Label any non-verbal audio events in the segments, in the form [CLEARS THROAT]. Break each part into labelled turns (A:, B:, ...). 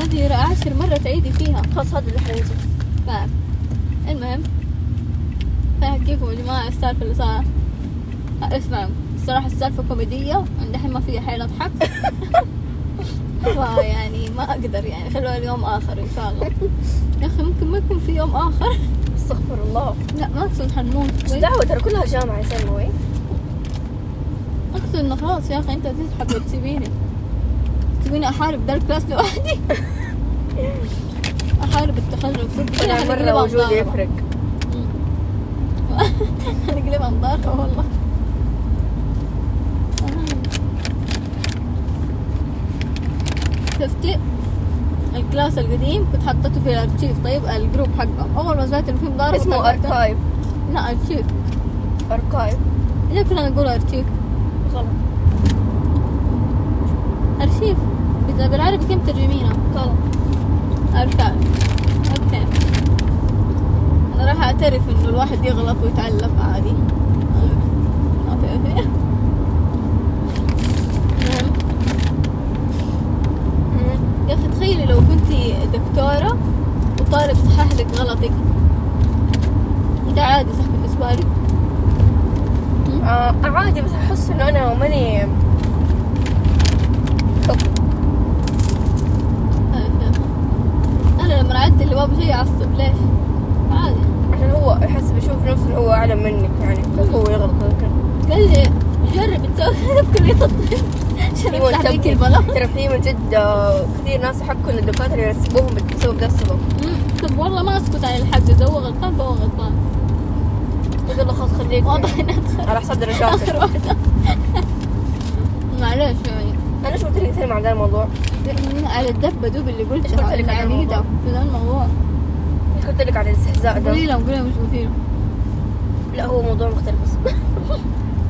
A: هذه عاشر مرة تعيدي فيها
B: خلاص هذا اللي حريته
A: فاهم المهم فأحكيكم يا جماعة السالفة اللي صارت اسمعوا الصراحة السالفة كوميدية دحين ما فيها حيل أضحك [LAUGHS] فيعني ما أقدر يعني خلوها اليوم آخر إن شاء الله يا أخي ممكن ما يكون في يوم آخر
B: استغفر الله
A: لا ما أقصد حنموت
B: مش دعوة ترى كلها جامعة يا سلمى
A: أقصد إنه خلاص يا أخي أنت تسحب وتسيبيني تسيبيني أحارب ده الكلاس لوحدي [LAUGHS] أحارب التخرج صدق
B: ولا مرة وجودي يفرق
A: [LAUGHS] نقلبها مضاقة والله شفتي الكلاس القديم كنت حطيته في الارشيف طيب الجروب حقهم اول ما سمعت انه في مضاربه
B: اسمه
A: طلعت-
B: اركايف
A: لا ارشيف
B: اركايف
A: ليه كلنا نقول ارشيف
B: غلط
A: ارشيف بال- بالعربي كيف ترجمينها
B: غلط
A: ارشيف اوكي انا راح اعترف انه الواحد يغلط ويتعلم عادي أوكي، أوكي. المهم،
B: مم.
A: يا اخي تخيلي لو كنتي دكتورة وطالب صحح لك غلطك ده عادي صح بالنسبة لك
B: آه عادي بس احس انه انا ماني
A: انا لما عدت اللي بابا جاي يعصب ليش؟ عادي
B: عشان هو يحس بيشوف نفسه انه هو اعلى منك يعني بس هو يغلط لكن
A: قال لي جرب تسوي كذا [LAUGHS] في كلية الطب عشان
B: ايوه
A: يفتح بيك
B: تبكي.
A: البلاط
B: ترى في من جد آه، كثير ناس يحكوا ان الدكاتره يرسبوهم بسبب ذا السبب
A: مم. طب والله ما اسكت عن الحق اذا هو غلطان فهو غلطان
B: يقول له خلاص خليك
A: واضح اني ادخل
B: على حساب درجاتك
A: اخر
B: [LAUGHS]
A: واحدة معلش يعني
B: انا شو قلت لك كثير مع ذا الموضوع
A: على الدبة دوب اللي
B: إيش قلت
A: قلتها
B: لك عن
A: العنيدة في ذا الموضوع
B: إيش قلت لك عن الاستهزاء
A: قولي
B: ده
A: لهم قولي لهم ايش قلتي لهم
B: لا هو موضوع مختلف بس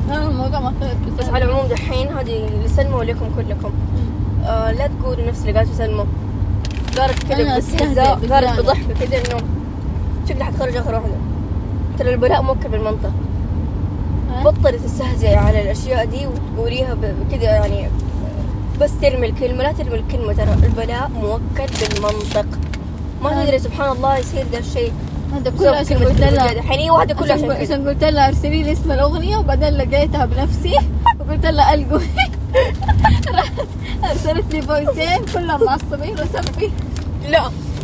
A: لا، الموضوع ما اختلف
B: بس على العموم دحين هذه لسلمى ولكم كلكم آه لا تقولوا نفس اللي قالته سلمى قالت كذا
A: أنا
B: باستهزاء
A: أستهزئ
B: قالت
A: بالزانة.
B: بضحكه كذا انه شكلها حتخرج اخر واحده ترى البلاء موكل بالمنطق
A: أه؟
B: بطلي تستهزئي على الاشياء دي وتقوليها ب- كذا يعني بس ترمي الكلمه لا ترمي الكلمه ترى البلاء موكل بالمنطق ما
A: آه.
B: تدري سبحان الله يصير ذا الشيء
A: هذا كله عشان
B: كلمة
A: قلت
B: الرجال.
A: لها
B: الحين هي واحده كلها
A: عشان
B: عشان كذا
A: عشان قلت لها ارسلي لي اسم الاغنيه وبعدين لقيتها بنفسي [LAUGHS] وقلت لها القوا [LAUGHS] راحت ارسلت لي فويسين كلهم معصبين وسبي
B: لا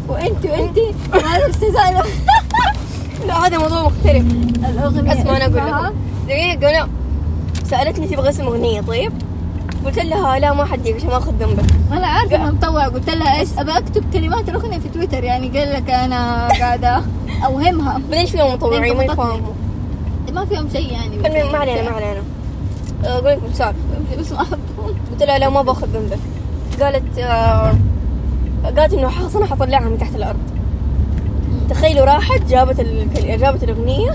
A: وانت وانت هذا استهزاء
B: لا هذا موضوع مختلف
A: الاغنيه
B: اسمع انا اقول
A: اسمها-
B: لكم دقيقه انا سالتني تبغى اسم اغنيه طيب قلت لها لا ما حديك عشان ما اخذ ذنبك
A: انا عارفه انها مطوع قلت لها ايش ابى اكتب كلمات الاغنيه في تويتر يعني قال لك انا قاعده اوهمها
B: بعدين ايش فيهم مطوعين ما
A: لأنكم
B: يفهموا
A: ما فيهم شيء يعني
B: المهم ما علينا ما علينا آه، اقول لكم سؤال
A: بس ما أحبهم.
B: قلت لها لا ما باخذ ذنبك قالت آه قالت انه خلاص انا حطلعها من تحت الارض تخيلوا راحت جابت ال... جابت الاغنيه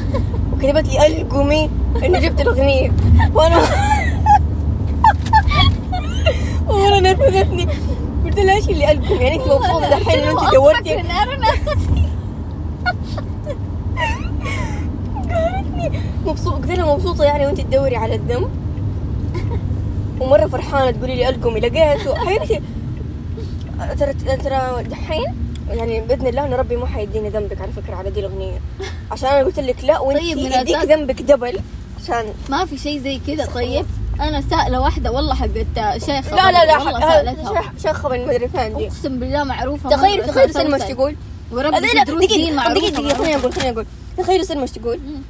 B: وكتبت لي القمي انه جبت الاغنيه [LAUGHS] وانا وانا نرفزتني قلت لها ايش اللي القمي يعني انت مبسوطه دحين انه انت
A: أضحك
B: دورتي
A: من أرنب.
B: قالتني مبسوطه قلت لها مبسوطه يعني وانت تدوري على [LAUGHS] الذنب ومره فرحانه تقولي لي القمي لقيته حياتي ترى ترى دحين يعني باذن الله ان ربي ما حيديني ذنبك على فكره على دي الاغنيه عشان انا قلت لك لا وانت
A: طيب، من
B: يديك
A: الأساس-
B: ذنبك دبل عشان
A: ما في شيء زي كذا
B: صحيح.
A: طيب انا سائله واحده والله حقت شيخه
B: لا لا لا
A: والله سالتها
B: ح- شخه من المدري فين دي
A: اقسم بالله معروفه
B: تخيل
A: مرة.
B: تخيل
A: سالتها
B: سلمى ايش
A: وسأل-
B: تقول
A: وربي
B: لا
A: في
B: لا
A: دروس دين
B: دقيقه
A: معروفه
B: دقيقه دقيقه خليني
A: معروفة.
B: اقول خليني اقول تخيل سلمى ايش تقول
A: مم.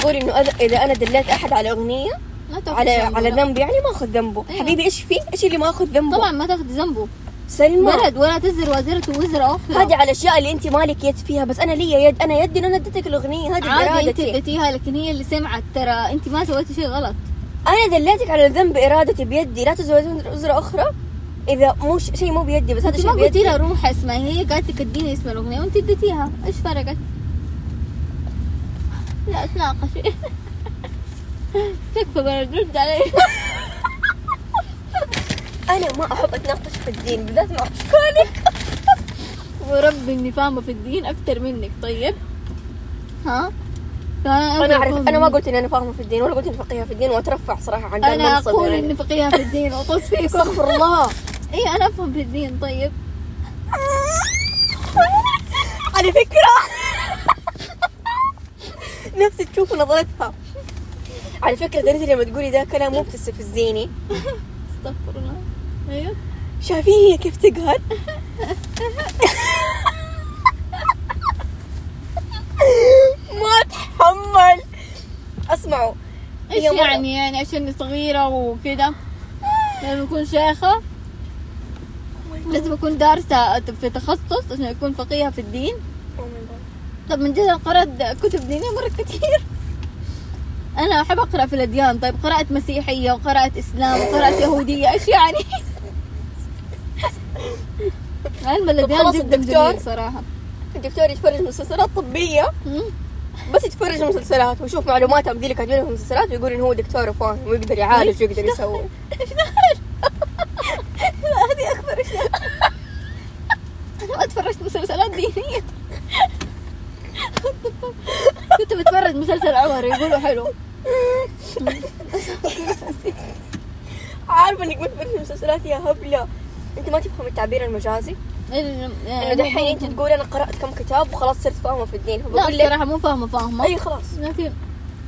B: تقول انه أذ- اذا انا دليت احد على اغنيه
A: ما تاخذ
B: على
A: ذنبه،
B: على
A: لا.
B: ذنب يعني ما اخذ ذنبه
A: أيوة.
B: حبيبي ايش في ايش اللي ما اخذ ذنبه
A: طبعا ما تاخذ ذنبه
B: سلمى
A: بلد ولا تزر وزيرته وزر اخرى
B: هذه على الاشياء اللي انت مالك يد فيها بس انا لي يد انا يدي إن انا اديتك الاغنيه هذه
A: عادي انت
B: بارادتي
A: اديتيها لكن هي اللي سمعت ترى انت ما سويتي شيء غلط
B: انا دليتك على الذنب بارادتي بيدي لا تزوجون عذر اخرى اذا مو ش- شيء مو بيدي بس هذا
A: انت
B: شيء
A: ما قلتي
B: بيدي
A: لها روحي اسمعي هي قالت لك اديني اسم الاغنيه وانت اديتيها ايش فرقت؟ لا تناقشي تكفى بلا رد علي
B: انا ما احب اتناقش في الدين بالذات مع افكارك
A: وربي اني فاهمه في الدين اكثر منك طيب ها طيب،
B: انا اعرف انا ما قلت اني انا فاهمه في الدين ولا قلت اني فقيهه في الدين واترفع صراحه عن ذا
A: انا
B: المنصب
A: اقول
B: يعني.
A: اني فقيهه في الدين واطوس فيكم
B: استغفر الله
A: اي انا افهم في الدين طيب
B: على فكرة نفسي تشوف نظرتها على فكرة دريتي لما تقولي ده كلام مو بتستفزيني
A: استغفر الله ايوه
B: شايفين هي كيف تقهر ما اتحمل اسمعوا
A: ايش
B: هي مرة-
A: يعني يعني عشان صغيرة وكذا لازم اكون شيخة لازم اكون دارسة في تخصص عشان اكون فقيهة في الدين
B: Oh my God.
A: طب من جد أنا قرأت كتب دينية مرة كتير أنا أحب أقرأ في الأديان طيب قرأت مسيحية وقرأت إسلام وقرأت يهودية إيش يعني [LAUGHS] علم الأديان
B: خلاص
A: جدا
B: الدكتور.
A: جميل صراحة
B: الدكتور يتفرج مسلسلات طبية
A: مم.
B: بس يتفرج مسلسلات ويشوف معلومات عن ذي اللي كانت في المسلسلات ويقول انه هو دكتور وفاهم ويقدر يعالج ويقدر يسوي
A: لا هذه أكبر إشي أنا ما تفرجت مسلسلات دينية كنت بتفرج مسلسل عمر يقولوا حلو
B: عارفه انك ما تفرجي مسلسلات يا هبله انت ما تفهم التعبير المجازي
A: آه،
B: انه دحين انت تقول انا قرات كم كتاب وخلاص صرت فاهمه في الدين
A: لا
B: فبقول لك
A: الصراحة مو فاهمة فاهمة
B: اي خلاص
A: لكن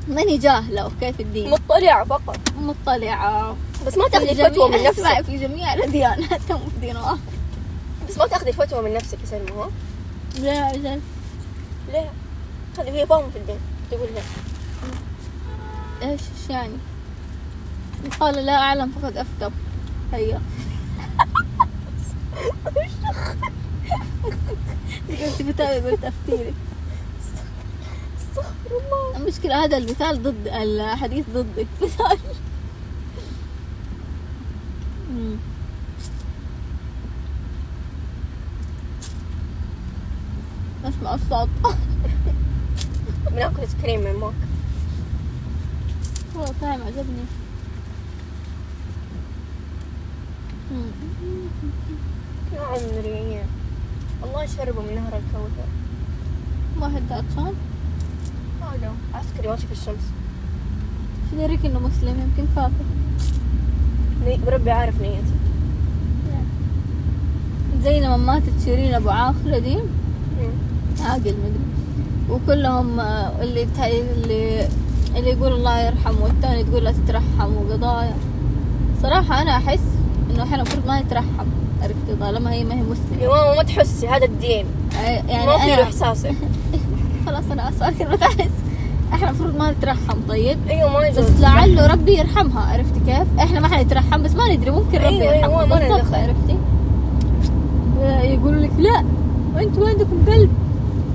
A: ماني جاهلة أوكي في الدين
B: مطلعه فقط
A: مطلعة
B: بس ما تاخذي
A: في
B: الفتوى
A: جميع-
B: من نفسك
A: اسمعي، في جميع الأديانات هم في دين الله
B: بس ما تاخذي الفتوى من نفسك يا سلمى ها
A: لا عشان
B: ليه؟ خلي هي فاهمه في الدين تقول لك
A: إيش إيش يعني من قال لا أعلم فقد أفتى هيا [LAUGHS] قلت بتاعي قلت أفتيلي
B: استغفر الله
A: المشكلة هذا المثال ضد الحديث ضدي مثال مم. أسمع الصوت
B: بناكل ايس كريم من ماك
A: والله طعم طيب، عجبني مم.
B: يا عمري الله يشربه من نهر الكوثر
A: واحد عطشان
B: هذا عسكري ماشي في الشمس
A: شو يدريك انه مسلم يمكن كافر
B: ني- بربي عارف نيتي
A: زي لما ماتت شيرين ابو عاخرة دي عاقل مدري وكلهم آه، اللي تع- اللي اللي يقول الله يرحمه والثاني تقول لا تترحم وقضايا صراحة أنا أحس إنه إحنا المفروض ما نترحم عرفتي طالما هي ما هي
B: يا
A: مسلمة
B: ماما ما تحسي هذا الدين
A: يعني
B: أيوة. ما في له
A: أنا
B: احساسك
A: خلاص أنا آسفة [LAUGHS] لكن بتحس إحنا المفروض ما نترحم طيب
B: ايوه ما يجوز
A: بس لعله ربي يرحمها عرفتي كيف؟ احنا ما حنترحم بس ما ندري ممكن ربي
B: أيوة، أيوة،
A: يرحمها
B: ما
A: بالضبط،
B: ندخل.
A: عرفتي؟ يقول لك لا انت ما عندكم قلب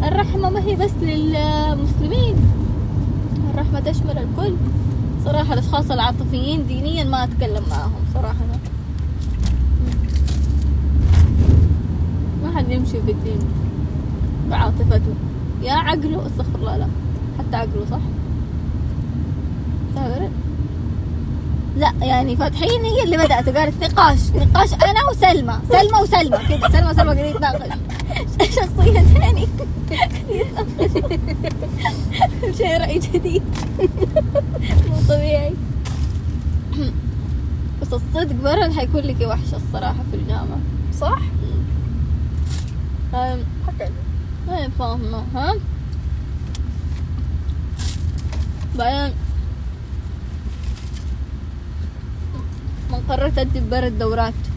A: الرحمة ما هي بس للمسلمين الرحمة تشمل الكل صراحة الأشخاص العاطفيين دينيا ما أتكلم معاهم صراحة أنا. ما حد يمشي بالدين بعاطفته يا عقله استغفر الله لا حتى عقله صح تعرف؟ لا يعني فاتحين هي اللي بدأت وقالت نقاش نقاش أنا وسلمى سلمى وسلمى كده سلمى وسلمى قاعدين يتناقش [LAUGHS] شخصية ثانية [LAUGHS] شيء رأي جديد مو طبيعي بس الصدق برا حيكون لك وحشة الصراحة في الجامعة
B: صح؟
A: أم،
B: حتى
A: ما فاهمة ها بعدين من قررت أدي ببرد دورات [LAUGHS]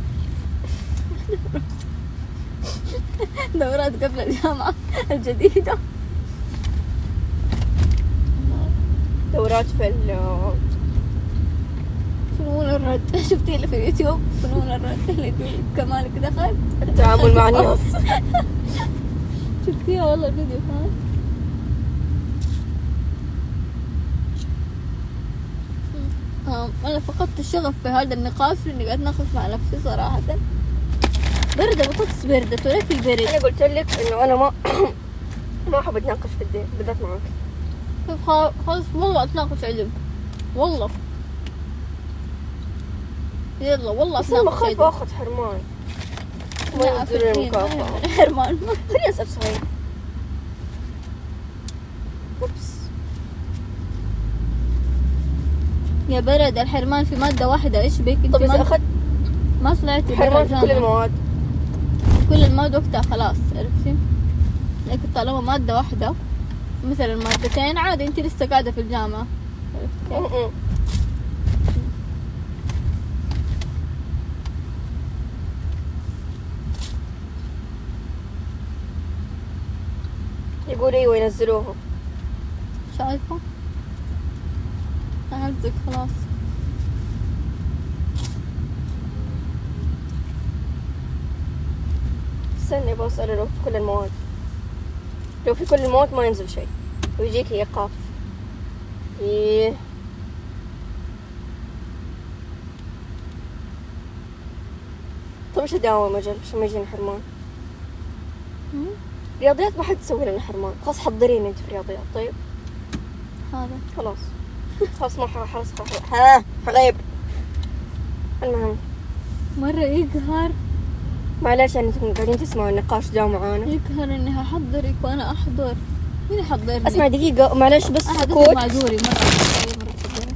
A: دورات قبل الجامعة الجديدة
B: دورات في ال-
A: فنون الرد [LAUGHS] شفتي اللي في اليوتيوب فنون الرد اللي يقول كمالك دخل
B: التعامل مع الناس
A: [LAUGHS] شفتيها والله الفيديو كمان آم، آه، أنا فقدت الشغف في هذا النقاش لأني قاعد أتناقش مع نفسي صراحة بردة بطاطس بردة تولك
B: انا
A: البرد
B: قلت لك انه انا ما [COUGHS] ما احب اتناقش في الدين بالذات معك
A: كيف خا- خلاص والله أتناقش علم والله يلا والله
B: بس انا
A: أتناقش علم
B: خايفه اخذ حرمان ما
A: لا،
B: ينزل
A: أفرقين،
B: لي
A: ما
B: المكافأة
A: يهم- [LAUGHS] حرمان
B: خليني اسال سؤال اوبس
A: يا برد الحرمان في مادة واحدة إيش بك أنت
B: طب اذا
A: ما
B: اخذت
A: ما طلعتي برا
B: حرمان في كل
A: الجامعة.
B: المواد
A: كل المواد وقتها خلاص عرفتي لكن طالما مادة واحدة مثلا مادتين عادي انت لسه قاعدة في الجامعة عرفتي كيف؟
B: م-م. يقول ايوه ينزلوها
A: شايفة أهزك خلاص
B: استني بسأله لو في كل المواد لو في كل المواد ما ينزل شيء ويجيك ايقاف إيه. طب ايش اداوم اجل عشان ما يجيني حرمان
A: مم،
B: رياضيات ما حد تسوي لنا حرمان خلاص حضريني انت في رياضيات طيب
A: هذا
B: خلاص [LAUGHS] خلاص ما ح- خلاص خلاص ها حغيب المهم
A: مرة يقهر
B: معلش انتم قاعدين تسمعوا النقاش ده معانا
A: يقهر إني هحضرك وأنا أحضر مين يحضرني؟
B: اسمع دقيقة معلش بس
A: أحد
B: سكوت
A: معذوري مرة أحضري، مرة تحضري.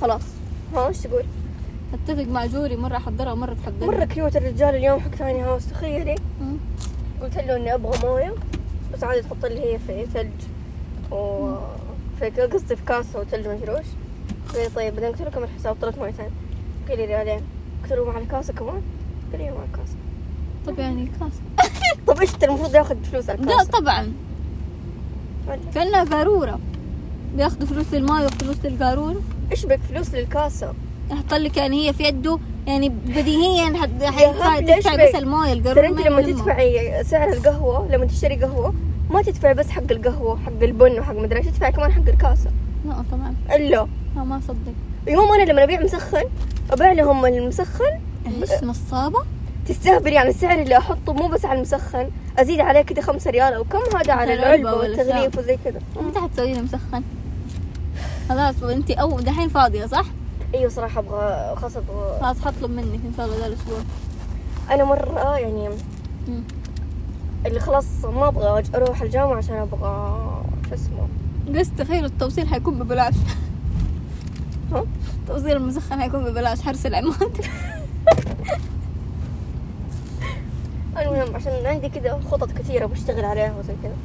B: خلاص ها ايش تقول؟
A: اتفق مع جوري مرة احضرها ومرة تحضرها
B: مرة كيوت الرجال اليوم حق ثاني هاوس تخيلي
A: مم.
B: قلت له اني ابغى مويه بس عادي تحط اللي هي في ثلج و في ك- قصدي في كاسه وثلج مجروش قال لي طيب بعدين قلت له كم الحساب طلعت مويتين قال لي ريالين قلت له مع الكاسه كمان قال لي مع الكاسه
A: طب يعني كاسة
B: طب ايش أنت المفروض ياخذ فلوس على
A: لا
B: الكاسه
A: طبعا
B: ولا؟
A: كأنها قارورة بياخدوا فلوس الماي وفلوس القارورة
B: ايش بك فلوس للكاسه
A: يحط لك يعني هي في يده يعني بديهيا حد-
B: هبل،
A: حيدفع
B: إيش
A: تدفع بس
B: بك؟
A: الماي القارورة
B: ترى انت
A: ما
B: لما
A: يهمها.
B: تدفعي سعر القهوه لما تشتري قهوه ما تدفعي بس حق القهوه حق البن وحق مدري ايش تدفعي كمان حق الكاسه
A: لا طبعا
B: الا
A: لا ما اصدق
B: اليوم انا لما ابيع مسخن ابيع لهم المسخن
A: ايش نصابة؟
B: تستهبل يعني السعر اللي احطه مو بس على المسخن ازيد عليه كذا خمسة ريال او كم هذا على
A: على
B: العلبه
A: العلبة ولا
B: والتغليف
A: شيء.
B: وزي كذا
A: انت حتسوي لي مسخن خلاص انت او دحين فاضية صح؟
B: ايوه صراحه ابغى خلاص ابغى
A: خلاص حطلب منك ان شاء الله ذا الاسبوع
B: انا مره يعني
A: مم.
B: اللي خلاص ما ابغى أج- اروح الجامعه عشان ابغى شو اسمه
A: بس تخيل التوصيل حيكون ببلاش [LAUGHS]
B: ها
A: توصيل المسخن حيكون ببلاش حرس العماد
B: المهم عشان عندي كذا خطط كثيره بشتغل عليها وزي كذا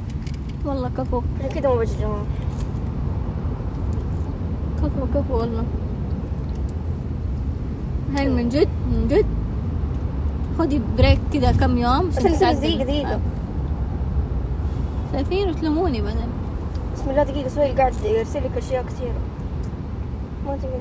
A: [LAUGHS] والله كفو
B: عشان كذا ما بجي الجامعه
A: كفو كفو والله هل من جد من جد خدي بريك كذا كم يوم عشان
B: بس أنا
A: تتعدلي.
B: دقيقه دقيقه
A: شايفين آه. وتلوموني بعدين
B: بسم الله دقيقة سهيل قاعد يرسل لك أشياء كثيرة ما تقدر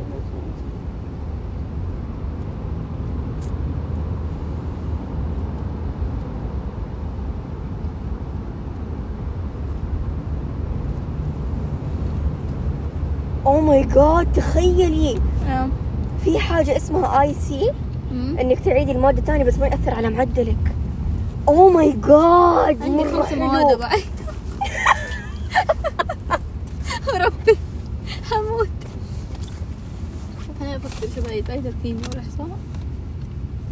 B: او ماي جاد تخيلي
A: آه.
B: في حاجة اسمها اي سي
A: مم.
B: انك تعيدي المادة ثاني بس ما يأثر على معدلك او ماي جاد
A: عندي
B: مرة
A: خمس
B: حلو
A: مواد بعد [LAUGHS] ربي هموت انا افكر شو بعيد بعيد الكيمياء والاحصاء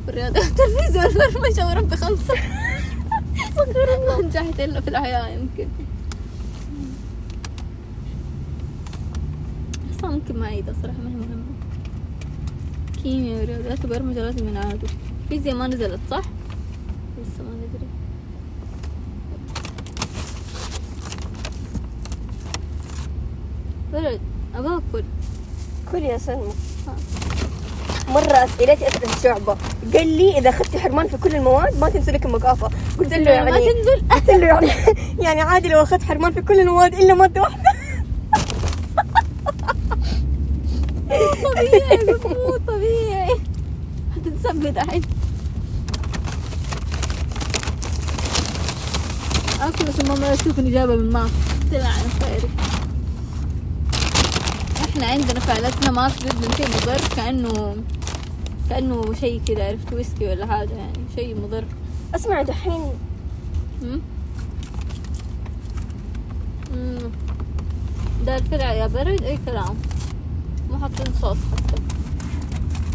A: والرياضة [LAUGHS] والتلفيز والبرمجة وربي [LAUGHS] خمسة استغفر الله نجحت الا في الاحياء يمكن احصاء ممكن ما اعيدها صراحة ما هي مهمة كيمياء ورياضيات وبرمجة لازم ينعادوا فيزياء ما نزلت صح؟ لسه ما ندري ولد ابغى اكل
B: كل يا سلمى مرة أسئلتي أسئلة الشعبة قال لي إذا أخذتي حرمان في كل المواد ما تنزل لك المقافة قلت له
A: ما
B: يعني
A: [LAUGHS] تنزل
B: قلت له يعني يعني عادي لو أخذت حرمان في كل المواد إلا مادة واحدة
A: طبيعي مو طبيعي هتتسبي دحين اكل عشان ماما لا تشوفني جايبه من ماما تلعن خيرك احنا عندنا في عائلتنا ما في جد من شيء مضر كانه كانه شيء كذا عرفت ويسكي ولا حاجه يعني شيء مضر
B: اسمع دحين
A: مم. مم. ده الفرع يا برد اي كلام مو حاطين صوص حتى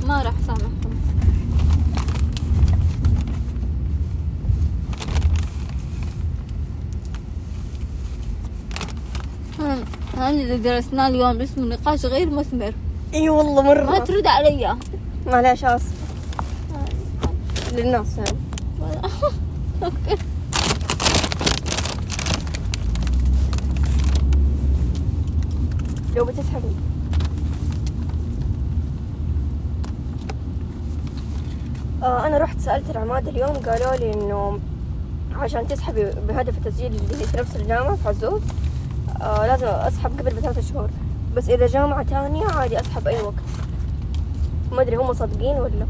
A: ما راح سامحكم هم- هذا اللي درسناه اليوم اسمه نقاش غير مثمر
B: إي والله
A: ما
B: مرة
A: ترد علي طيب.
B: معلش آسف للناس يعني
A: اوكي
B: لو بتسحبي آه انا رحت سالت العماد اليوم قالوا لي انه عشان تسحبي بهدف التسجيل اللي هي في نفس الجامعه في عزوز آه لازم اسحب قبل بثلاثة شهور بس اذا جامعه تانية عادي اسحب اي وقت ما ادري هم صادقين ولا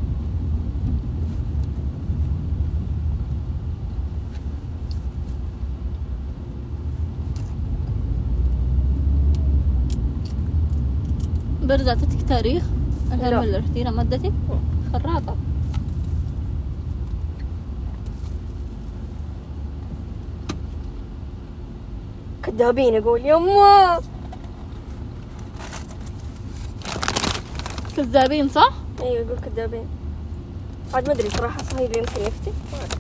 A: برضه اعطيتك تاريخ الهرم
B: لا.
A: اللي رحتينا مادتك خراطة
B: كذابين اقول يما
A: كذابين صح؟
B: ايوه يقول كذابين عاد ما ادري صراحه صهيب يمكن يفتي ما أدري.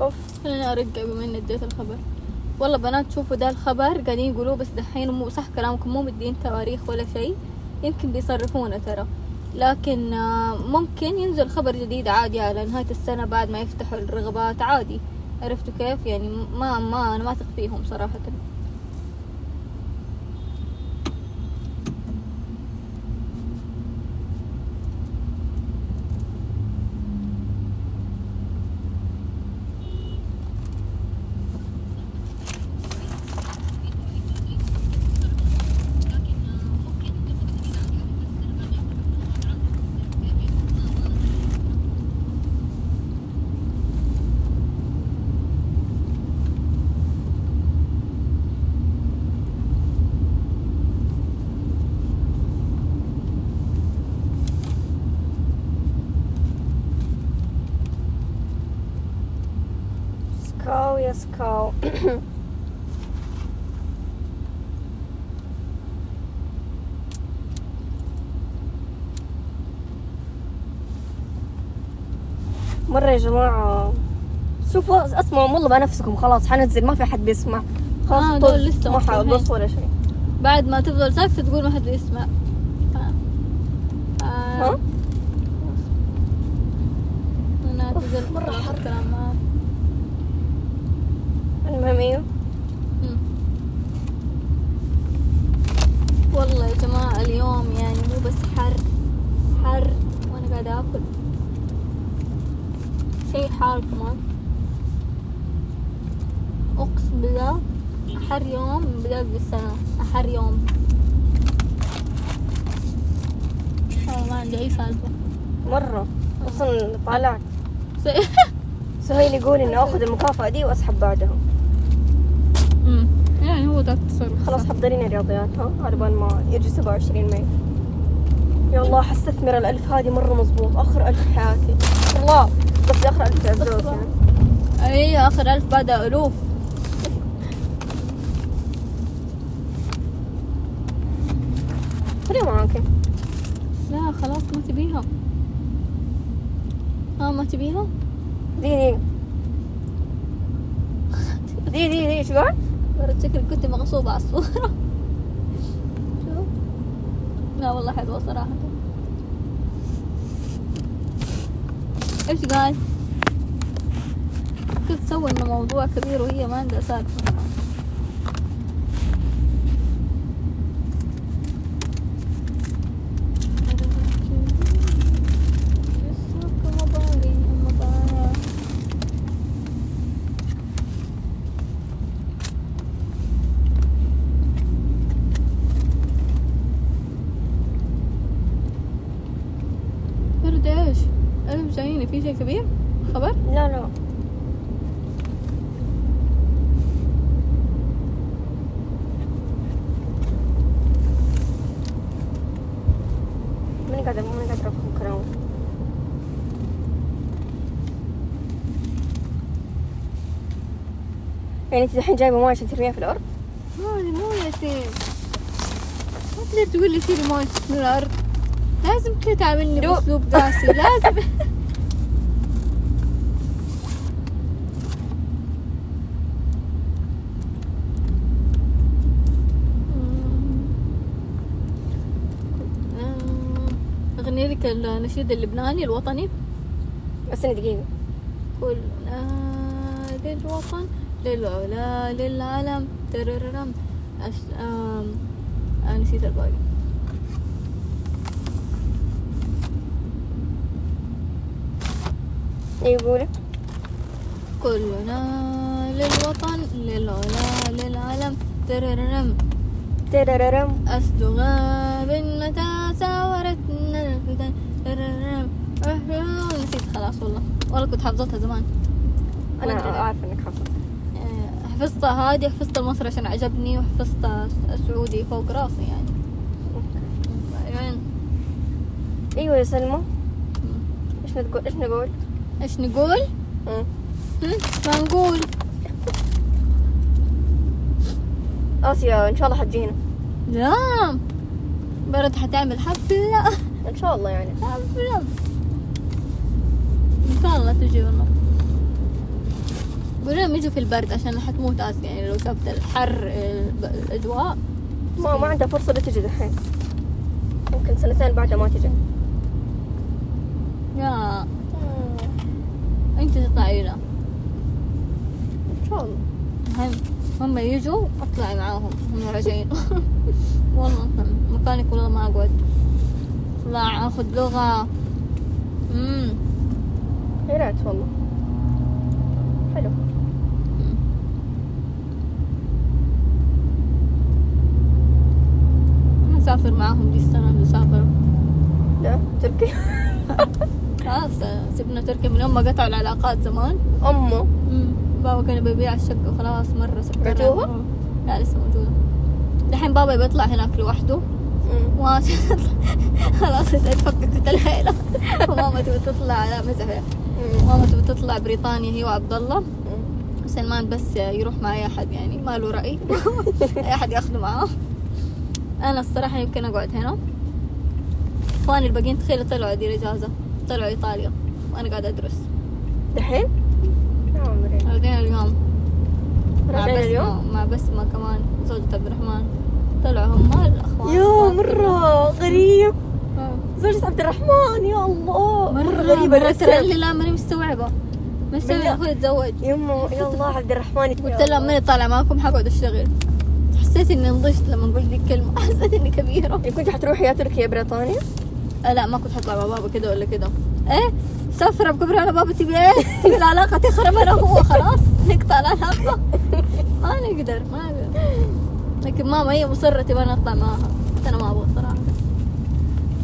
B: اوف
A: خليني ارجع بما اني اديت الخبر والله بنات شوفوا ده الخبر قاعدين يقولوه بس دحين مو صح كلامكم مو مدين تواريخ ولا شيء يمكن بيصرفونا ترى لكن آه، ممكن ينزل خبر جديد عادي على نهاية السنة بعد ما يفتحوا الرغبات عادي عرفتوا كيف يعني ما ما أنا ما أثق فيهم صراحة
B: سكاو يا سكاو مرة يا جماعة شوفوا اسمعوا والله بنفسكم خلاص حنزل ما في حد بيسمع خلاص
A: آه،
B: طز،
A: دول لسه
B: ما
A: مفتوحين.
B: حبص ولا شيء
A: بعد ما تفضل ساكتة تقول ما حد يسمع آه. آه.
B: ها؟
A: أنا أعتذر
B: أوف، مرة حر.
A: الكلام معاك.
B: المهم ايوه
A: مم. والله يا جماعة اليوم يعني مو بس حر حر وأنا قاعدة آكل شيء حار كمان أقسم بالله أحر يوم من بداية السنة أحر يوم والله ما عندي أي [LAUGHS] سالفة
B: مرة اصلا طالعت
A: سي-
B: سهيل يقول اني اخذ المكافأة دي واسحب بعدها
A: مم. يعني هو ده التصرف
B: خلاص حضرينا رياضيات ها على بال ما يجي 27 ماي يا الله حستثمر الألف هذه مرة مزبوط آخر ألف في حياتي الله بس آخر ألف في عزوز يعني
A: أي إيه، آخر ألف بعدها ألوف
B: خليها معاكي
A: لا خلاص ما تبيها ها ما تبيها
B: دي دي دي دي دي شو قال؟
A: ورد شكلك كنت مغصوبة على الصورة شوف لا والله حلوة صراحة ايش قال؟ كيف تسوي انه موضوع كبير وهي ما عندها سالفة برد ايش؟ انا مش جاييني في شيء كبير؟ خبر؟
B: لا لا ماني قاعدة ماني قاعدة أفهم كلامه يعني انت الحين جايبة موية عشان ترميها في الأرض؟
A: مويه مويه سيم ما تقدر تقول لي شيلي مويه من الارض لازم كذا تعاملني
B: دوب.
A: باسلوب قاسي لازم أمم. ذاك النشيد اللبناني الوطني
B: استني دقيقة
A: كل آه للوطن للعلا للعلم ترررم أس... آم... آه نسيت الباقي
B: يقول
A: كلنا للوطن للعلا للعلم ترررم
B: ترررم
A: أصدغى بالمتى ساورتنا الفتن ترررم أهرم. نسيت خلاص والله والله كنت حافظتها زمان
B: انا
A: وأنت لا.
B: عارفة انك حافظة
A: آه، حفظت هذه حفظت المصري عشان عجبني وحفظت السعودي فوق راسي يعني بعدين
B: ايوه يا سلمى ايش نقول ايش نقول؟ أمم.
A: ايش نقول؟
B: مم.
A: هم؟ ما نقول
B: اسيا ان شاء الله حتجينا
A: لا برد حتعمل حفلة
B: ان شاء الله يعني
A: حفلة ان شاء الله تجي والله قولوا لهم يجوا في البرد عشان حتموت اسيا يعني لو شافت الحر الب- الاجواء
B: ما ما عندها فرصة لا تجي دحين ممكن سنتين بعدها ما تجي
A: يا انت تطلعي لها
B: ان شاء الله
A: هم هم يجوا اطلعي معاهم هم راجعين [LAUGHS] والله أصلاً مكانك والله ما اقعد اطلع اخذ لغة امم
B: يا ريت والله حلو
A: نسافر معاهم دي السنة نسافر
B: لا تركي [LAUGHS]
A: خلاص آه، سيبنا تركيا من يوم ما قطعوا العلاقات زمان
B: امه
A: امم بابا كان بيبيع الشقة وخلاص مرة سكرنا
B: بعتوها؟
A: لا لسه موجودة دحين بابا بيطلع هناك لوحده
B: مم.
A: وعشان تطلع- [LAUGHS] خلاص اتفككت العيلة [LAUGHS] وماما تبي تطلع لا مزح
B: مم.
A: ماما تبي تطلع بريطانيا هي وعبد الله
B: مم.
A: سلمان بس يروح مع اي احد يعني ما له راي [LAUGHS] اي احد ياخذه معاه انا الصراحه يمكن اقعد هنا اخواني الباقيين تخيلوا طلعوا دي الاجازه طلعوا ايطاليا وانا قاعده ادرس
B: دحين؟ يا عمري
A: راجعين اليوم مع
B: راجعين
A: بسمة
B: اليوم؟
A: مع بسمة كمان زوجة عبد الرحمن طلعوا هم الاخوان
B: يا مرة غريب
A: آه.
B: زوجة عبد الرحمن يا الله
A: مرة
B: غريبة
A: مرة
B: الرسالة.
A: ترى لي لا ماني مستوعبة مستوعبة
B: بالله.
A: اخوي اتزوج
B: يما يا الله عبد الرحمن يا
A: قلت لها
B: الله.
A: ماني طالعة معاكم حقعد اشتغل حسيت اني نضجت لما قلت دي الكلمة [LAUGHS] حسيت اني كبيرة
B: يعني كنت حتروحي يا تركيا يا بريطانيا
A: آه لا ما كنت حطلع مع بابا كده ولا كده ايه سفرة بكبري على بابا تبي [LAUGHS] ايه تبي العلاقة تخرب انا وهو خلاص نقطع العلاقة ما نقدر ما نقدر لكن ماما هي مصرة تبغى أنا اطلع معاها بس انا ما ابغى صراحة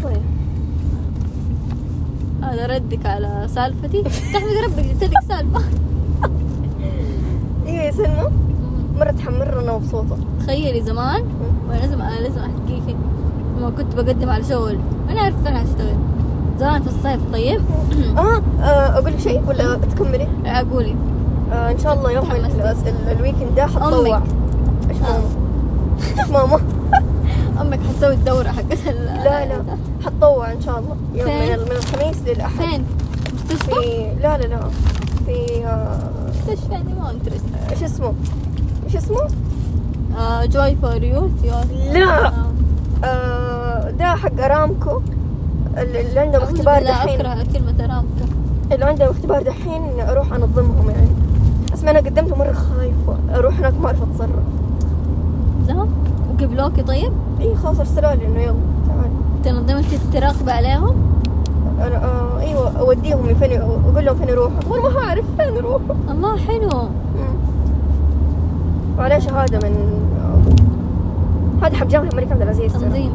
B: طيب
A: هذا ردك على سالفتي تحمد ربك جبت لك سالفة
B: ايوه يا سلمى مرة تحمر انا مبسوطة
A: تخيلي زمان وانا لازم انا لازم احكيكي لما كنت بقدم على شغل انا عرفت انا هشتغل زمان في الصيف طيب [CLEARS THROAT]
B: اه آه، اقول لك شيء ولا تكملي؟
A: قولي
B: آه ان شاء الله يوم ال-
A: تحمست.
B: ال- الويكند ده حتطوع
A: أمك.
B: ايش
A: آه.
B: ماما؟ ايش ماما؟
A: امك حتسوي الدورة حقت ال-
B: لا لا حتطوع ان شاء الله يوم
A: فين؟
B: من ال- من الخميس للاحد
A: فين؟ مستشفى؟
B: في لا لا لا في آه،
A: مستشفى يعني ما انترست
B: ايش اسمه؟ ايش اسمه؟
A: جوي فور يوث
B: لا. آه، ده حق ارامكو اللي اللي عندهم اختبار دحين
A: اكره كلمة ارامكو
B: اللي عندهم اختبار دحين اروح انظمهم يعني اسمع انا قدمت مره خايفه اروح هناك ما اعرف اتصرف
A: لا وقبلوكي طيب؟
B: اي خلاص ارسلوا لي انه يلا تعال
A: تنظمت تراقب عليهم؟
B: أنا- آه ايوه اوديهم فين اقول لهم فين اروح وانا ما اعرف فين اروح
A: الله حلو
B: مم. وعليه شهاده من هذا حق جامعه الملك عبد العزيز ترى.
A: تنظيم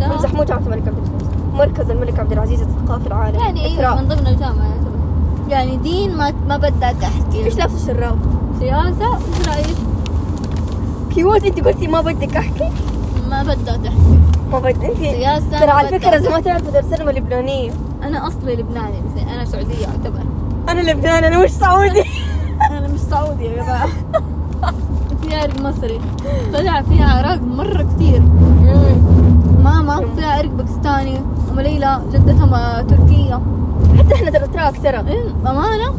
A: لا
B: امزح مو جامعه الملك عبد العزيز مركز الملك عبد العزيز الثقافي العالمي
A: يعني ايوه
B: إثراء.
A: من ضمن الجامعة يعتبر. يعني دين ما ما بدأ تحت
B: ليش لابسه الشراب؟
A: سياسة وش رأيك؟
B: كيوت انت قلتي ما بدك احكي
A: ما بدأ تحت
B: ما بدك انت
A: سياسة
B: ترى
A: ما
B: على
A: بدأ
B: فكره
A: تحت.
B: زي ما تعرف ترى السينما اللبنانيه
A: أنا أصلي لبناني بس أنا سعودية أعتبر
B: انا لبناني انا مش سعودي
A: انا مش سعودي يا جماعه في عرق مصري طلع فيها عراق مره كثير ماما فيها عرق باكستاني ام ليلى آه، جدتها ما- تركيه
B: حتى احنا ترى تراك ترى
A: إيه، امانه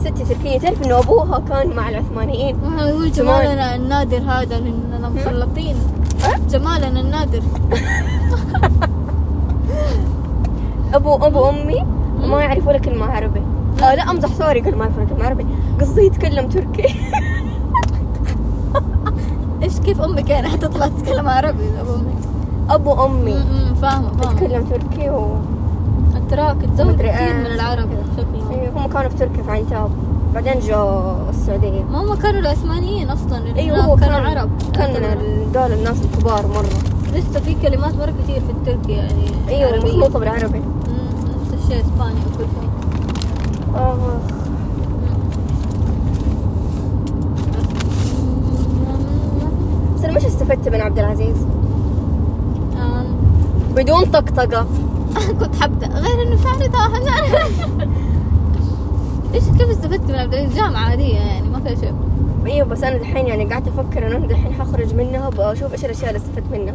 B: ستي تركيه تعرف انه ابوها كان مع العثمانيين
A: واحنا نقول
B: جمال.
A: أمم،
B: إيه؟
A: جمالنا النادر هذا لاننا مخلطين
B: أه؟
A: جمالنا النادر
B: ابو ابو امي ما يعرف ولا كلمه عربي آه لا امزح سوري قال ما يعرف ولا كلمه عربي قصدي يتكلم تركي [LAUGHS]
A: ايش كيف امك يعني حتطلع تتكلم عربي أمم، ابو امك
B: ابو امي
A: م- م، فاهمه فاهمه
B: يتكلم تركي و
A: تراك تزود
B: مدري
A: كثير
B: إيه.
A: من العرب بشكل عام.
B: أيوة، هم كانوا في تركيا في عين تاب بعدين جوا السعوديه
A: ما هم كانوا العثمانيين اصلا اللي
B: ايوه
A: هناك
B: هو
A: كانوا
B: كان
A: عرب
B: كان دول الناس الكبار مره
A: لسه في كلمات مره كثير في التركي يعني
B: ايوه
A: عربية.
B: مخلوطه بالعربي
A: مم، نفس الشيء اسباني وكل شيء
B: آه. بس انا مش استفدت من عبد العزيز
A: آم،
B: بدون طقطقه
A: آه، [LAUGHS] كنت حبدأ غير انه شعري طاح ايش كيف استفدت من عبد العزيز جامعة عادية يعني ما فيها شيء
B: ايوه بس انا دحين يعني قعدت افكر انه دحين حخرج منها بشوف ايش الاشياء اللي استفدت منها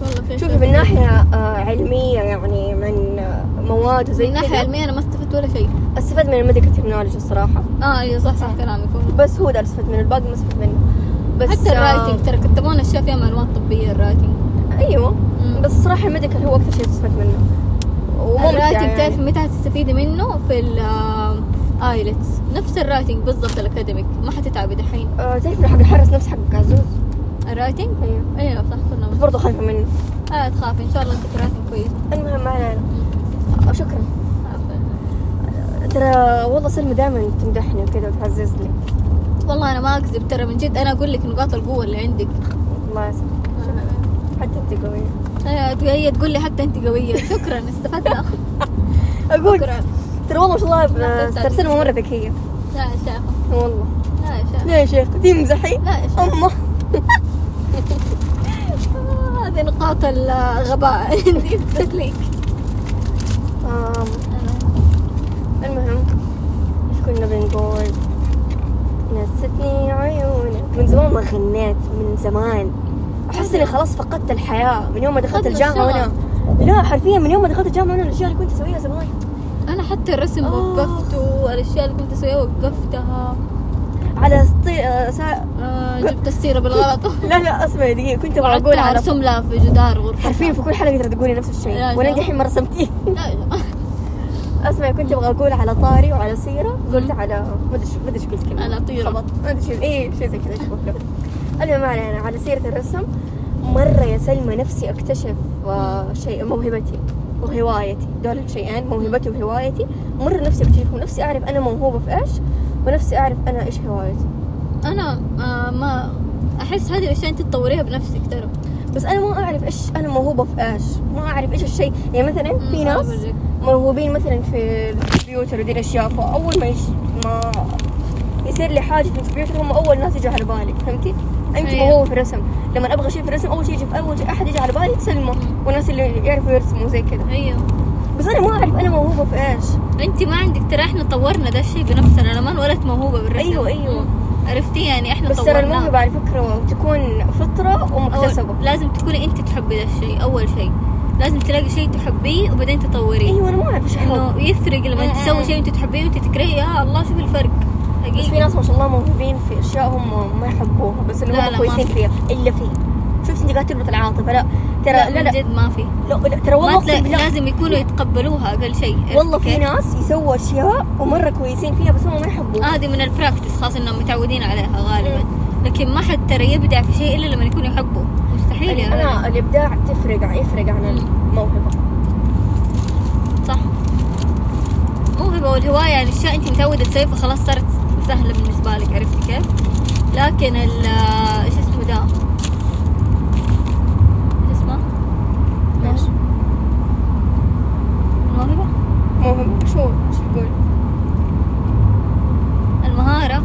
A: والله في
B: شوفي من ناحيه آه، علميه يعني من آه، مواد وزي
A: من ناحية
B: كذا،
A: علمية انا ما استفدت ولا شيء
B: استفدت من الميديكال تكنولوجي الصراحه
A: اه ايوه صح صح كلامك والله.
B: بس هو ده اللي استفدت منه الباقي ما استفدت منه بس
A: حتى
B: آه،
A: الرايتنج ترى كتبونا اشياء فيها معلومات طبية الرايتنج
B: ايوه
A: مم.
B: بس الصراحه الميديكال هو اكثر شيء استفدت منه وممتع
A: الرايتنج تعرف
B: يعني.
A: متى تستفيدي منه في الايلتس نفس الرايتنج بالضبط الاكاديميك ما حتتعبي دحين
B: آه، تعرف إنه حق الحرس نفس حق عزوز
A: الرايتنج
B: ايوه
A: ايوه صح كنا
B: بس برضه خايفه منه
A: لا آه، تخاف ان شاء الله انت قراءتك كويسه
B: المهم ما علينا آه، شكرا ترى والله سلمى دائما تمدحني وكذا وتعززني
A: والله انا ما اكذب ترى من جد انا اقول لك نقاط القوه اللي عندك
B: الله يسلمك حتى انت قويه
A: أنا- آه، هي تقول لي حتى انت قويه شكرا استفدنا
B: [LAUGHS] اقول
A: شكرا
B: ترى والله ما شاء الله
A: لا،
B: ب- ترى سلمى مره ذكيه
A: لا يا شيخه
B: والله
A: لا يا شيخه
B: ليه يا شيخ تمزحي
A: لا يا شيخه
B: امه
A: آه، هذه نقاط الغباء [LAUGHS] عندي تسليك
B: آم، المهم ايش كنا بنقول نستني عيونك من زمان ما غنيت من زمان احس اني خلاص فقدت الحياه من يوم ما دخلت
A: فقدنا
B: الجامعه
A: الشغف.
B: وانا لا حرفيا من يوم ما دخلت الجامعه وانا الاشياء اللي كنت اسويها زمان
A: انا حتى الرسم
B: آه.
A: وقفته الاشياء اللي كنت اسويها وقفتها
B: على سطي... آه، سا...
A: آه، جبت السيره بالغلط
B: لا لا اسمعي دقيقه كنت بقول
A: وعدتها
B: على
A: ارسم لها في جدار غرفتها
B: حرفيا في كل حلقه ترى تقولي نفس
A: لا،
B: الشيء وانا
A: لا.
B: دحين ما رسمتيه
A: لا لا
B: اسمع كنت ابغى اقول على طاري وعلى سيره قلت على ما ادري شو- ما ادري ايش قلت كلمه
A: على طيرة.
B: خبط ما ادري شو اي شيء زي كذا شو بقوله.
A: [LAUGHS]
B: المهم ما علينا على سيره الرسم مره يا سلمى نفسي اكتشف آه، شيء موهبتي وهوايتي دول الشيئين موهبتي وهوايتي مره نفسي اكتشفهم نفسي اعرف انا موهوبه في ايش ونفسي اعرف انا ايش هوايتي
A: انا آه، ما احس هذه الاشياء انت تطوريها بنفسك ترى
B: بس انا ما اعرف ايش انا موهوبه في ايش ما اعرف ايش الشيء يعني مثلا في
A: مم،
B: ناس
A: أقول لك.
B: موهوبين مثلا في الكمبيوتر ودي الاشياء فاول ما يش... ما يصير لي حاجه في الكمبيوتر هم اول ناس يجوا على بالي فهمتي؟ انت
A: أيوة.
B: موهوبه في الرسم لما ابغى شيء في الرسم اول شيء يجي في اول شيء احد يجي على بالي سلمى
A: مم.
B: والناس اللي يعرفوا يرسموا زي كذا
A: ايوه
B: بس انا ما اعرف انا موهوبه في ايش
A: انت ما عندك ترى احنا طورنا ده الشيء بنفسنا انا ما انولدت موهوبه بالرسم
B: أيوة، أيوة.
A: مم. عرفتي يعني احنا
B: بس ترى
A: طورناه.
B: الموهبه على فكره تكون فطره
A: أول-
B: ومكتسبه
A: لازم تكوني انت تحبي ده الشيء اول شيء لازم تلاقي شيء تحبيه وبعدين تطوريه
B: ايوه انا ما اعرف ايش احب
A: انه يفرق لما
B: مم.
A: انت تسوي شيء انت تحبيه وانت تكرهيه يا الله شوف الفرق
B: بس في
A: حقيقي
B: ناس ما شاء الله موهوبين في اشياء هم ما يحبوها بس
A: لا،
B: انهم
A: لا،
B: هم
A: ما
B: كويسين
A: في.
B: فيها الا فيه شفت انت قاعده تربط العاطفه لا ترى
A: لا,
B: لا لا
A: من جد ما في
B: لا, لا ترى والله
A: ما
B: أقسم
A: تلاقي
B: بالله-
A: لازم يكونوا يتقبلوها اقل شيء
B: والله في
A: عرفتي كيف؟
B: ناس يسووا اشياء ومره كويسين فيها بس هم ما يحبوها
A: هذه من البراكتس خاص انهم متعودين عليها غالبا
B: مم.
A: لكن ما حد ترى يبدع في شيء الا لما يكون يحبه مستحيل يعني. يا ولد.
B: انا الابداع تفرق عن- يفرق عن الموهبه
A: صح موهبة والهواية يعني أشياء أنت متعودة تسويها فخلاص صارت سهلة بالنسبة لك عرفتي كيف؟ لكن ال إيش اسمه ده؟ إيش اسمه؟
B: ماشي
A: الموهبة؟
B: موهبه شو ايش تقول؟
A: المهارة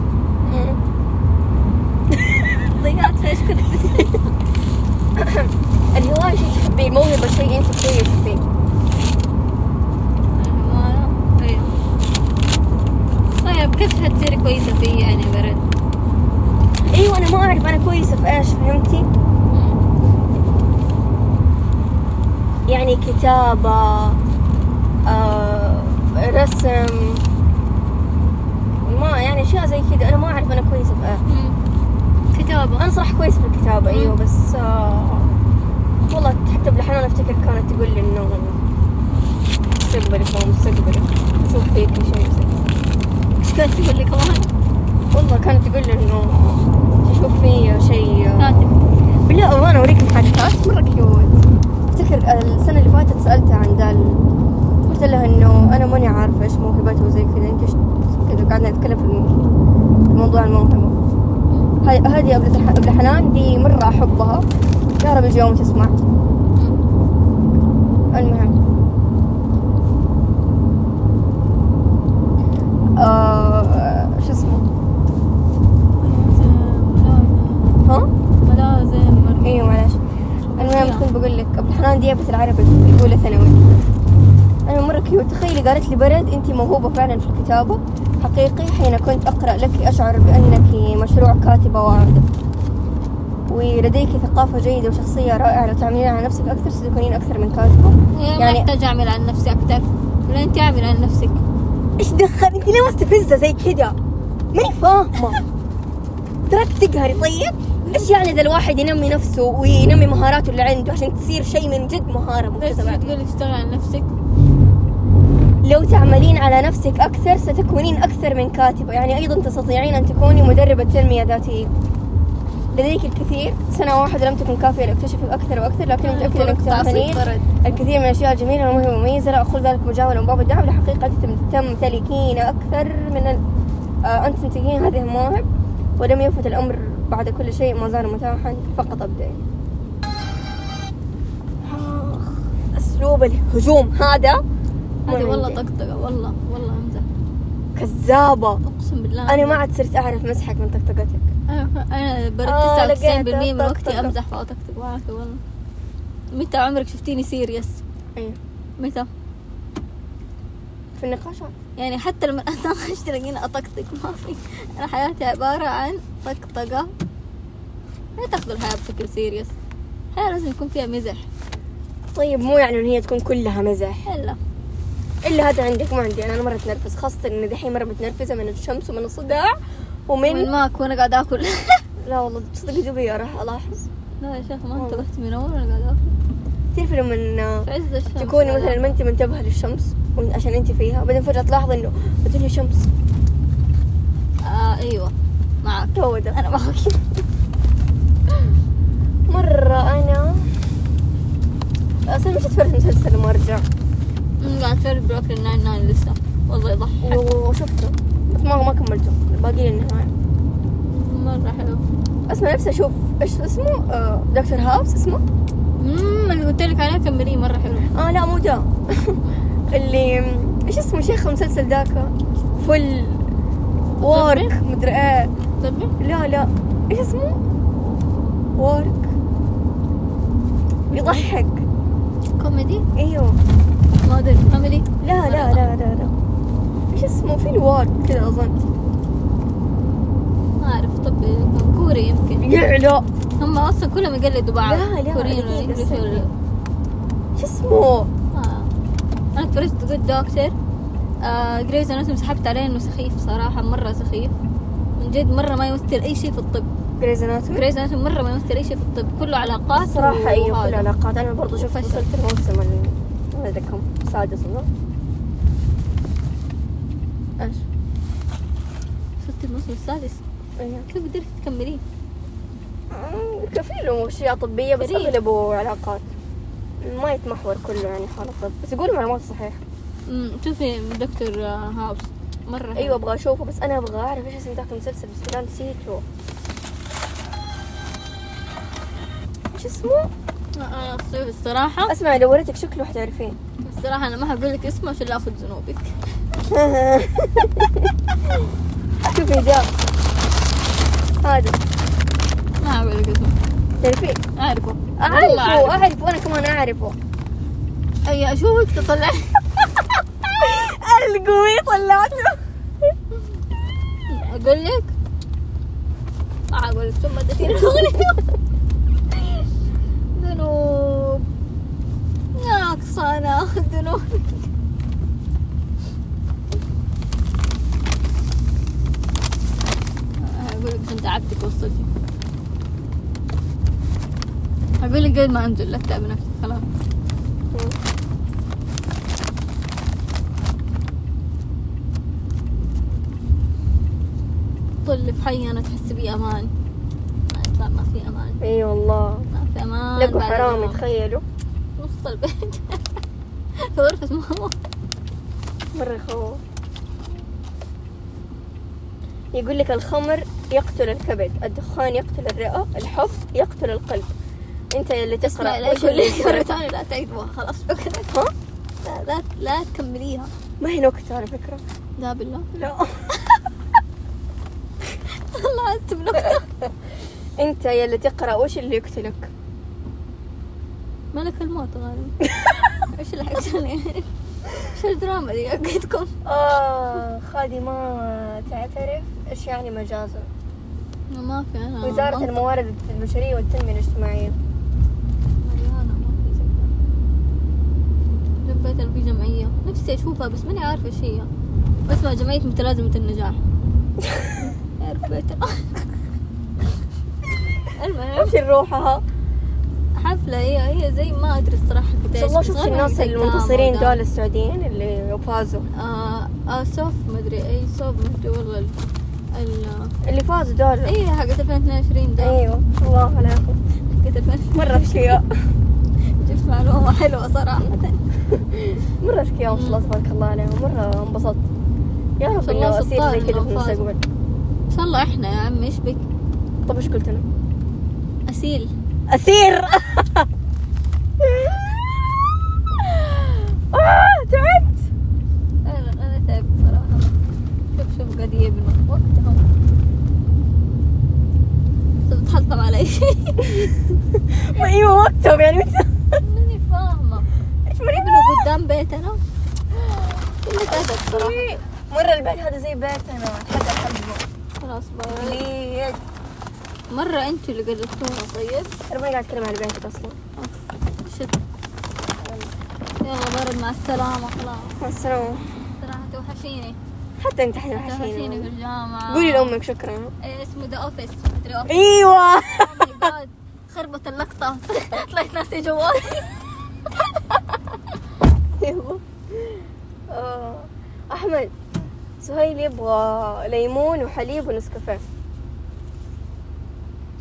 A: ضيعت في إيش كنت بت-
B: الهوايه شيء تحبيه الموهبه شيء انت كويس فيه
A: المهارة؟ أيوه طيب كيف حتصيري كويسة فيه يعني برد؟
B: ايوه انا ما اعرف انا كويسه في ايش فهمتي؟ يعني كتابه آه رسم ما يعني اشياء زي كذا انا ما اعرف انا كويسه في ايش
A: مم. كتابة
B: انا صراحه كويسه في الكتابه ايوه
A: مم.
B: بس أيوة، آه والله حتى بلحنان افتكر كانت تقول لي انه مستقبلك هو مستقبلك شوف فيك شيء
A: ايش كانت تقول لي كمان؟
B: والله كانت تقول لي انه تشوف في شيء آه،
A: كاتب
B: بالله وانا اوريك محادثات
A: مرة كيوت
B: افتكر السنه اللي فاتت سالتها عن ده ال- قلت لها انه انا ماني عارفه ايش موهبتي وزي كذا انت ايش كذا قعدنا نتكلم في الم- في موضوع الموهبه هاي- هذه يا بنت الح- ابن حنان دي مره احبها يا رب يجي يوم تسمع المهم آه شو اسمه ها
A: ملازم مرة
B: ايوه معلش المهم كنت بقول لك ابو الحنان دي يابت العربي في اولى ثانوي انا مره كيوت تخيلي قالت لي برد انت موهوبه فعلا في الكتابه حقيقي حين كنت اقرا لك اشعر بانك مشروع كاتبه واعده ولديك ثقافه جيده وشخصيه رائعه لو تعملين على نفسك اكثر ستكونين اكثر من كاتبه
A: يعني
B: يعني-
A: محتاج اعمل عن نفسي اكثر ولا انت اعمل عن نفسك
B: ايش دخل انت ليه مستفزه زي كذا ماني فاهمه تراك تقهري طيب ايش يعني اذا الواحد ينمي نفسه وينمي مهاراته اللي عنده عشان تصير شيء من جد مهاره
A: بس
B: مكتسبه
A: تقول لي اشتغل عن نفسك
B: لو تعملين على نفسك اكثر ستكونين اكثر من كاتبه يعني ايضا تستطيعين ان تكوني مدربه تنميه ذاتيه لديك الكثير سنة واحدة لم تكن كافية لاكتشفك أكثر وأكثر لكن متأكدة أنك تعملين الكثير من الأشياء الجميلة والمهمة والمميزة لا أقول ذلك مجاولا باب الدعم لحقيقة تم- تمتلكين أكثر من ال... آه، أن تمتلكين هذه المواهب ولم يفت الأمر بعد كل شيء ما زال متاحا فقط ابدأي آخ، أسلوب الهجوم هذا مو
A: هذه والله
B: عندي.
A: طقطقه والله والله امزح
B: كذابة
A: اقسم بالله
B: أنا ما عاد صرت أعرف مسحك من طقطقتك
A: أنا- انا
B: آه،
A: برد 99%
B: لقيتها،
A: من وقتي
B: طقطقة.
A: امزح واطقطق معك والله متى عمرك شفتيني سيريس
B: أيوه
A: متى
B: في النقاشات
A: يعني حتى لما [LAUGHS] اتناقش تلاقيني اطقطق ما في انا حياتي عباره عن طقطقه لا تاخذوا الحياه بشكل سيريس الحياه لازم يكون فيها مزح
B: طيب مو يعني إن هي تكون كلها مزح
A: هلا
B: الا هذا عندك ما عندي انا أنا مره اتنرفز خاصه اني دحين مره متنرفزه من الشمس ومن الصداع ومن
A: من ماك وانا قاعده اكل
B: لا والله تصدق دوبي راح الاحظ
A: [LAUGHS] لا يا شيخ ما
B: والله.
A: انتبهت من اول انا قاعده اكل
B: تعرفي لما
A: في عز الشمس
B: تكوني
A: قاعدة
B: مثلا ما انت منتبهه للشمس وإن- عشان انت فيها بعدين فجاه تلاحظ انه الدنيا شمس
A: أكل. آه ايوه معك
B: هو ده
A: انا معك
B: مره انا اصلا مش اتفرج مسلسل لما ارجع
A: أمم، قاعد تفرج بروكلين ناين ناين لسه والله يضحك
B: وشفته بس ما ما كملته باقي للنهايه
A: مره حلو
B: اسمع نفسي اشوف ايش اسمه آه، دكتور هاوس اسمه
A: امم اللي قلت لك عليه كمليه مره حلو
B: اه لا مو ده [LAUGHS] اللي ايش اسمه شيخ المسلسل ذاك فل وورك مدري ايه
A: تبي
B: لا لا ايش اسمه وورك يضحك
A: كوميدي
B: ايوه
A: ما ادري كوميدي
B: لا لا لا لا لا ايش اسمه في الوورك كذا اظن
A: ما اعرف طب كوري يمكن
B: يعلى
A: هم اصلا كلهم يقلدوا بعض
B: لا، لا،
A: كوريين
B: دقيقة،
A: وانجلش
B: استني.
A: ولا
B: ايش اسمه
A: آه. انا تفرجت جود دكتور آه جريز انا سحبت عليه انه سخيف صراحه مره سخيف من جد مره ما يمثل اي شيء في الطب
B: جريز اناتومي
A: جريز انا مره ما يمثل اي شيء في الطب كله علاقات
B: صراحة ايوه كل
A: وهذا.
B: العلاقات انا برضه شفت
A: وفشل.
B: وصلت الموسم ال- هذا كم سادس اظن ايش؟
A: شفت الموسم السادس
B: ايوه
A: كيف قدرت تكمليه
B: كفي له اشياء طبيه بس
A: كثير.
B: اغلبه علاقات ما يتمحور كله يعني حول الطب بس يقول معلومات صحيحه
A: أمم، شوفي دكتور آه، هاوس مره حلو.
B: ايوه ابغى اشوفه بس انا ابغى اعرف ايش اسم ذاك المسلسل بس كذا نسيته ايش اسمه؟
A: آه، آه، الصيف الصراحه
B: اسمع لو وريتك شكله حتعرفين
A: الصراحه انا ما هقول لك اسمه عشان لا اخذ ذنوبك
B: شوفي ذا هذا
A: ما هقول لك اسمه
B: تعرفين
A: اعرفه والله
B: اعرفه اعرفه انا كمان اعرفه
A: اي اشوفك تطلع
B: [LAUGHS] القوي طلعته
A: اقول لك ما اقول لك ثم تشيل [LAUGHS] ذنوب ناقصانا ذنوب اقول لك عشان تعبتك وصلتي اقول لك قد ما انزل اتعب نفسي خلاص
B: مم.
A: طل في حي انا تحس بي امان لا ما في امان
B: اي والله
A: ما في امان
B: لقوا
A: آه، بعد
B: حرامي
A: الأمان.
B: تخيلوا
A: وسط البيت [LAUGHS] في غرفة ماما
B: مرة يخوف يقول لك الخمر يقتل الكبد الدخان يقتل الرئة الحب يقتل القلب انت اللي
A: اسمع
B: تقرا
A: لا
B: وش اللي
A: يقول مرة
B: يصير؟ [LAUGHS]
A: ثانية لا تعيدوها خلاص شكرا
B: ها؟
A: لا لا, لا تكمليها
B: ما هي نكتة على فكرة
A: لا بالله [LAUGHS]
B: لا
A: الله استم نكتة
B: انت يا اللي تقرا وش اللي يقتلك
A: ملك الموت [LAUGHS] غالبا ايش اللي حيقتلني ايش الدراما دي اكيدكم
B: اخ هذه ما تعترف ايش يعني مجازر
A: ما في انا
B: وزارة
A: آه، منطق
B: الموارد البشرية والتنمية الاجتماعية
A: مليانة، ما في شيء. لبيت ألقي جمعية نفسي أشوفها بس ماني عارفة إيش هي واسمها جمعية متلازمة
B: [LAUGHS]
A: النجاح يا ربيت المهم
B: وش روحها
A: حفلة هي هي زي ما أدري الصراحة
B: ان
A: قديش
B: شاء الله
A: بس
B: شفت
A: غالباً
B: الناس
A: أيتام
B: المنتصرين
A: وده.
B: دول السعوديين اللي فازوا
A: آه آه سوف مدري أي سوف مدري والله ال ال-
B: اللي فازوا دول
A: أي حقت 2022 ده
B: ايوه الله عليكم
A: حقت 2022
B: مرة أذكياء
A: جبت معلومة حلوة صراحة
B: مرة أذكياء ما شاء الله تبارك الله عليهم مرة انبسطت يا
A: ما
B: رب
A: شاء
B: إني
A: الله
B: أصير زي
A: شطار
B: كذا في
A: إنهم فازوا.
B: المستقبل
A: إن شاء الله إحنا يا عمي إيش بك
B: طب إيش قلت أنا؟
A: أسيل
B: أسير آه، تعبت
A: انا انا تعبت صراحه شوف شوف قد يبنوا وقتهم بتحطم على اي شيء
B: ما أيوه وقتهم يعني متى
A: [LAUGHS] ماني فاهمه
B: إيش
A: يبنوا
B: مريض
A: قدام بيتنا كلها ادب صراحه
B: مرة البيت هذا زي بيتنا حتى حبه
A: خلاص باي
B: ليد
A: مره انتوا اللي قلدتونا طيب
B: أنا ما قاعد أتكلم عن بيتك أصلا
A: شت يلا برد مع السلامه خلاص
B: مع السلامة
A: صراحه توحشيني
B: حتى أنت حشينة
A: توحشيني في الجامعه
B: قولي لأمك شكرا
A: إيه اسمه ذا اوفيس مدري اوفيس
B: ايوه
A: خربت
B: [LAUGHS]
A: اللقطة طلعت ناسي جوالي
B: ايوه آه. احمد سهيل يبغى ليمون وحليب ونسكافيه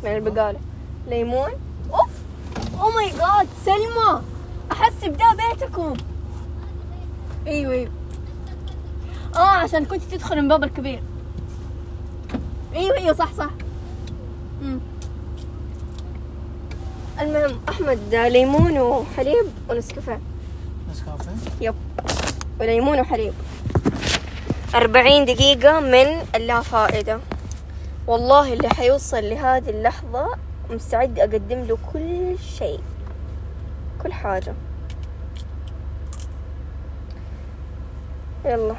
B: من البقاله ليمون اوف او ماي جاد Oh سلمى احس بدا بيتكم ايوه ايوه اه عشان كنت تدخل من باب الكبير ايوه ايوه صح صح مم. المهم احمد ليمون وحليب ونسكافيه
C: نسكافيه
B: يب وليمون وحليب أربعين دقيقة من اللا فائدة والله اللي حيوصل لهذه اللحظة مستعد أقدم له كل شيء كل حاجة يلا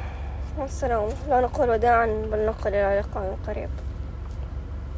B: مع السلامة لا نقول وداعا بل نقل إلى لقاء قريب